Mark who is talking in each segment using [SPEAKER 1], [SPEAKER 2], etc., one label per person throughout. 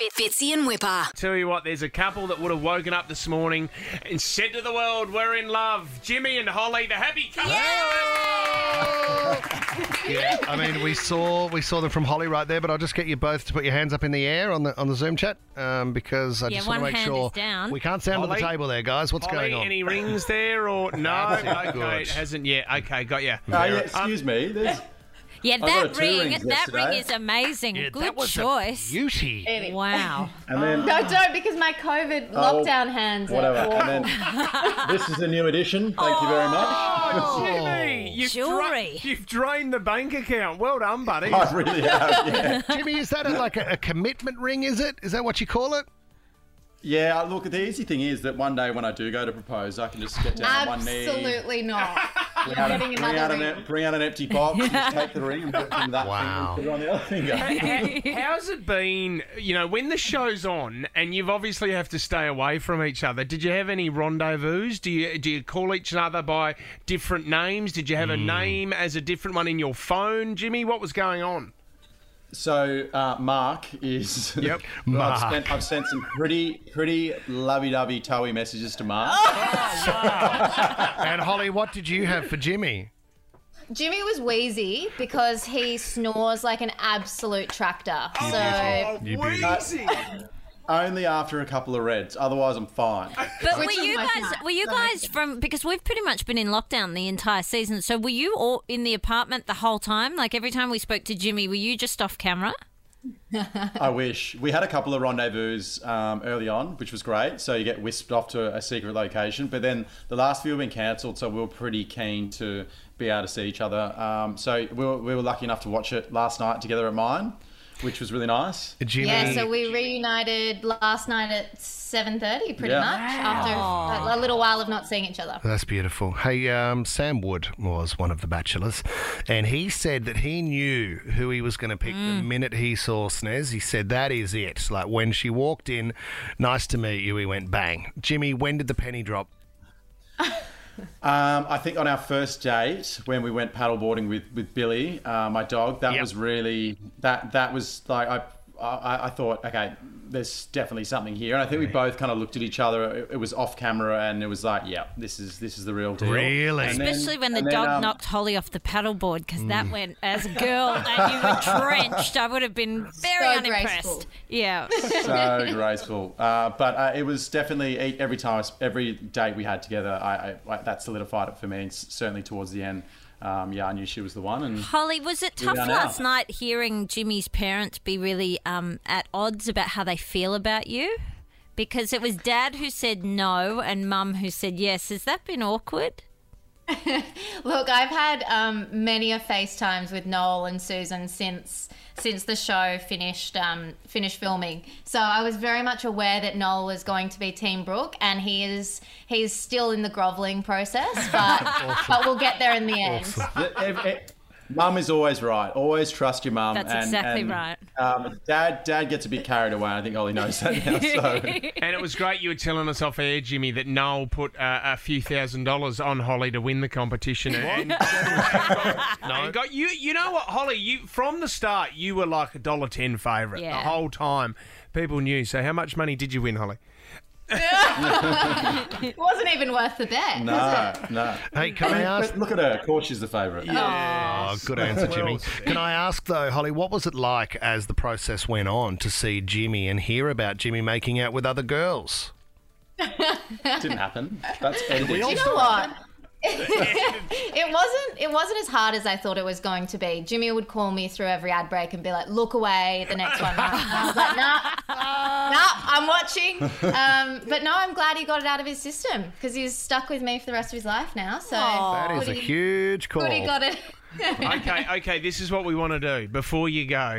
[SPEAKER 1] Fitzy and Whipper.
[SPEAKER 2] Tell you what, there's a couple that would have woken up this morning and said to the world, "We're in love." Jimmy and Holly, the happy couple.
[SPEAKER 3] Yeah, I mean, we saw we saw them from Holly right there, but I'll just get you both to put your hands up in the air on the on the Zoom chat um, because I
[SPEAKER 4] Yeah,
[SPEAKER 3] just want to
[SPEAKER 4] one
[SPEAKER 3] make
[SPEAKER 4] hand
[SPEAKER 3] sure
[SPEAKER 4] is down.
[SPEAKER 3] we can't sound to
[SPEAKER 2] Holly?
[SPEAKER 3] the table there, guys. What's
[SPEAKER 2] Holly,
[SPEAKER 3] going on?
[SPEAKER 2] any rings there or no?
[SPEAKER 3] That's it,
[SPEAKER 2] okay,
[SPEAKER 3] good. Uh,
[SPEAKER 2] it hasn't yet. Okay, got Um, you.
[SPEAKER 5] Oh, yeah, excuse me. There's,
[SPEAKER 4] Yeah,
[SPEAKER 5] I got
[SPEAKER 4] that
[SPEAKER 5] two
[SPEAKER 4] ring,
[SPEAKER 5] rings
[SPEAKER 4] that
[SPEAKER 5] yesterday.
[SPEAKER 4] ring is amazing.
[SPEAKER 3] Yeah,
[SPEAKER 4] Good
[SPEAKER 3] that was a
[SPEAKER 4] choice.
[SPEAKER 3] beauty.
[SPEAKER 6] Anyway.
[SPEAKER 4] Wow.
[SPEAKER 5] and then
[SPEAKER 6] No, don't because my COVID
[SPEAKER 5] Oh,
[SPEAKER 6] lockdown hands. are
[SPEAKER 5] whatever.
[SPEAKER 6] awful.
[SPEAKER 5] And then this is a new edition. Thank you very much.
[SPEAKER 6] Oh.
[SPEAKER 3] Oh.
[SPEAKER 2] Jimmy, you've,
[SPEAKER 4] Jewelry.
[SPEAKER 2] you've drained the bank account. Well done, buddy.
[SPEAKER 3] Oh,
[SPEAKER 5] I really have. Yeah.
[SPEAKER 3] Jimmy, is that a, like a, a commitment ring? Is it? Is that what you call it?
[SPEAKER 5] yeah. Look, the easy thing is that one day when I do go to propose, I can just get down on one knee,
[SPEAKER 6] Absolutely not.
[SPEAKER 5] bring out, a-
[SPEAKER 6] getting
[SPEAKER 5] bring, out
[SPEAKER 6] another
[SPEAKER 5] an,
[SPEAKER 6] ring.
[SPEAKER 5] em- bring out an empty box, and just take the ring and put it in that
[SPEAKER 3] Wow.
[SPEAKER 5] finger, put it on the other finger.
[SPEAKER 2] How- How's it been? You know, when the show's on and you've obviously have to stay away from each other. Did you have any rendezvous? Do you do you call each other by different names? Did you have a name as a different one in your phone, Jimmy? What was going on?
[SPEAKER 5] So uh, Mark is.
[SPEAKER 2] Yep.
[SPEAKER 5] Well, I've,
[SPEAKER 3] Mark.
[SPEAKER 5] sent, I've sent some pretty, pretty lovey-dovey, toey messages to Mark.
[SPEAKER 6] Oh.
[SPEAKER 3] And Holly, what did you have for Jimmy?
[SPEAKER 6] Jimmy was wheezy because he snores like an absolute tractor. So
[SPEAKER 3] You beauty.
[SPEAKER 5] Only after a couple of reds, otherwise I'm fine.
[SPEAKER 4] But were
[SPEAKER 6] Which is
[SPEAKER 4] you
[SPEAKER 6] my
[SPEAKER 4] guys
[SPEAKER 6] fact.
[SPEAKER 4] were you guys from because we've pretty much been in lockdown the entire season. So were you all in the apartment the whole time? Like every time we spoke to Jimmy, were you just off camera?
[SPEAKER 5] I wish. We had a couple of rendezvous um, early on, which was great. So you get whisked off to a secret location. But then the last few have been cancelled, so we were pretty keen to be able to see each other. Um, so we were, we were lucky enough to watch it last night together at mine, which was really nice.
[SPEAKER 3] Jimmy.
[SPEAKER 6] yeah, so we reunited last night at seven thirty, pretty
[SPEAKER 5] Yeah.
[SPEAKER 6] much after a, a little while of not seeing each other.
[SPEAKER 3] That's beautiful. Hey, um, Sam Wood was one of the bachelors, and he said that he knew who he was going to pick
[SPEAKER 6] Mm.
[SPEAKER 3] the minute he saw Snez. He said, That is it. Like when she walked in, nice to meet you, he went bang. Jimmy, when did the penny drop?
[SPEAKER 5] Um, I think on our first date when we went paddleboarding with with Billy, uh, my dog, that
[SPEAKER 3] Yep.
[SPEAKER 5] was really that that was like I, I I thought okay, there's definitely something here, and I think we both kind of looked at each other. It, it was off camera, and it was like, yeah, this is this is the real deal.
[SPEAKER 3] Really?
[SPEAKER 5] And then-
[SPEAKER 4] Especially when the
[SPEAKER 5] and then,
[SPEAKER 4] dog
[SPEAKER 5] um, Mm.
[SPEAKER 4] knocked Holly off the paddleboard because that went as a girl and you were drenched. I would have been very
[SPEAKER 6] So
[SPEAKER 4] unimpressed.
[SPEAKER 6] graceful.
[SPEAKER 4] Yeah.
[SPEAKER 5] so graceful. Uh, but uh, it was definitely e- every time, every date we had together, I, I, I that solidified it for me, and s- certainly towards the end. Um, yeah, I knew she was the one, and
[SPEAKER 4] Holly, was it
[SPEAKER 5] We're
[SPEAKER 4] tough
[SPEAKER 5] done
[SPEAKER 4] last
[SPEAKER 5] now.
[SPEAKER 4] night hearing Jimmy's parents be really um, at odds about how they feel about you? Because it was Dad who said no and Mum who said yes. Has that been awkward?
[SPEAKER 6] Look, I've had um, many a FaceTimes with Noel and Susan since since the show finished um, finished filming. So I was very much aware that Noel was going to be Team Brooke, and he is he's still in the groveling process, but but we'll get there in the end.
[SPEAKER 5] The- ev- ev- Mum is always right. Always trust your mum.
[SPEAKER 4] That's
[SPEAKER 5] and-
[SPEAKER 4] exactly
[SPEAKER 5] and,
[SPEAKER 4] right.
[SPEAKER 5] Um, dad, dad gets a bit carried away. I think Ollie knows that now. So
[SPEAKER 2] And it was great you were telling us off air, Jimmy, that Noel put uh, a few thousand dollars on Holly to win the competition. And, and got you. You know what, Holly? You from the start, you were like a dollar ten favourite
[SPEAKER 4] Yeah.
[SPEAKER 2] the whole time. People knew. So how much money did you win, Holly?
[SPEAKER 6] It wasn't even worth the bet.
[SPEAKER 5] no, no.
[SPEAKER 3] Hey, can I
[SPEAKER 5] But
[SPEAKER 3] ask?
[SPEAKER 5] look at her. Of course, she's the favourite.
[SPEAKER 3] Oh, good answer, Jimmy. Can I ask though, Holly, what was it like as the process went on to see Jimmy and hear about Jimmy making out with other girls?
[SPEAKER 5] Didn't happen. That's edited.
[SPEAKER 6] you know what? it wasn't it wasn't as hard as I thought it was going to be. Jimmy would call me through every ad break and be like, "Look away, the next one." I was like, "Nah, nah, I'm watching." Um, but no, I'm glad he got it out of his system because he's stuck with me for the rest of his life now. So
[SPEAKER 3] That is a huge call.
[SPEAKER 6] good he got it.
[SPEAKER 2] okay, okay, this is what we want to do before you go.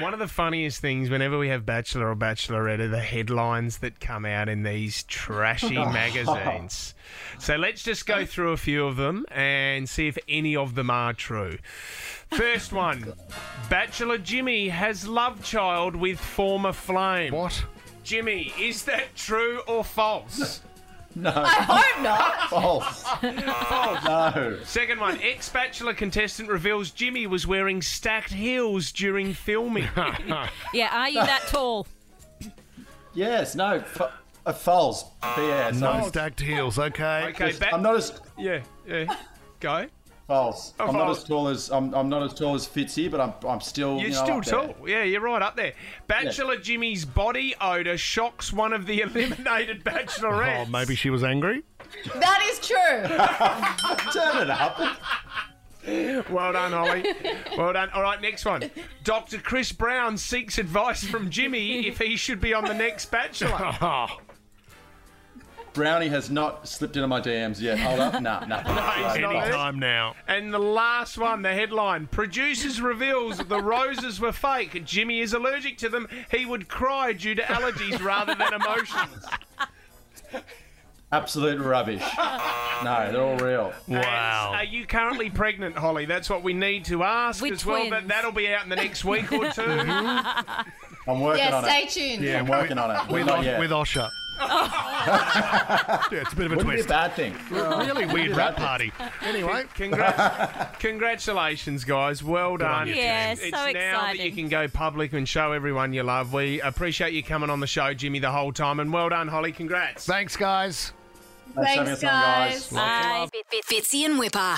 [SPEAKER 2] One of the funniest things whenever we have Bachelor or Bachelorette are the headlines that come out in these trashy magazines. So let's just go through a few of them and see if any of them are true. First one Bachelor Jimmy has love child with former flame.
[SPEAKER 3] What?
[SPEAKER 2] Jimmy, is that true or false?
[SPEAKER 6] I hope not.
[SPEAKER 5] False. No.
[SPEAKER 2] Second one, ex bachelor contestant reveals Jimmy was wearing stacked heels during filming.
[SPEAKER 4] Yeah, are you that tall?
[SPEAKER 5] Yes, no, f- uh, false. BS.
[SPEAKER 3] No
[SPEAKER 5] I'm-
[SPEAKER 3] stacked heels, okay?
[SPEAKER 2] Okay, back.
[SPEAKER 5] I'm not as
[SPEAKER 2] Yeah, yeah. Go.
[SPEAKER 5] false. I'm not
[SPEAKER 2] Oh, false.
[SPEAKER 5] as tall as I'm, I'm not as tall as Fitzy, but I'm I'm still
[SPEAKER 2] You're
[SPEAKER 5] you know,
[SPEAKER 2] still
[SPEAKER 5] up there.
[SPEAKER 2] tall. Yeah, you're right up there. Bachelor Jimmy's body odor shocks one of the eliminated
[SPEAKER 3] Oh,
[SPEAKER 2] bachelorettes.
[SPEAKER 3] maybe she was angry.
[SPEAKER 6] That is true.
[SPEAKER 5] Turn it up.
[SPEAKER 2] Well done, Holly. Well done. All right, next one. Dr. Chris Brown seeks advice from Jimmy if he should be on the next Bachelor.
[SPEAKER 3] Oh,
[SPEAKER 5] Brownie has not slipped into my DMs yet. Hold up, nah, nah.
[SPEAKER 2] he's not.
[SPEAKER 3] anytime now.
[SPEAKER 2] And the last one, the headline Producers reveals the roses were fake. Jimmy is allergic to them. He would cry due to allergies rather than emotions.
[SPEAKER 5] Absolute rubbish. No, they're all real.
[SPEAKER 3] Wow.
[SPEAKER 2] Are you currently pregnant, Holly? That's what we need to ask
[SPEAKER 4] We're
[SPEAKER 2] as well, but
[SPEAKER 4] twins. Mm-hmm.
[SPEAKER 2] that'll be out in the next week or two.
[SPEAKER 5] I'm working
[SPEAKER 6] Yeah,
[SPEAKER 5] on it.
[SPEAKER 6] stay tuned.
[SPEAKER 5] Yeah, I'm working on it.
[SPEAKER 3] With,
[SPEAKER 5] Not
[SPEAKER 3] Os-
[SPEAKER 5] yet.
[SPEAKER 3] with Osha. yeah, it's a bit of a
[SPEAKER 5] Wouldn't be a
[SPEAKER 3] twist.
[SPEAKER 5] bad thing.
[SPEAKER 3] really weird rap party. Anyway,
[SPEAKER 2] Congrats, congratulations, guys. Well done.
[SPEAKER 3] you,
[SPEAKER 4] Yeah,
[SPEAKER 2] it's
[SPEAKER 4] so
[SPEAKER 2] now that you
[SPEAKER 4] exciting.
[SPEAKER 2] can go public and show everyone you love. We appreciate you coming on the show, Jimmy, the whole time. And well done, Holly. Congrats.
[SPEAKER 3] thanks, guys.
[SPEAKER 5] Thanks for having us on, guys.
[SPEAKER 4] Bye.
[SPEAKER 1] Fit- Fit- Fitzy and Whipper.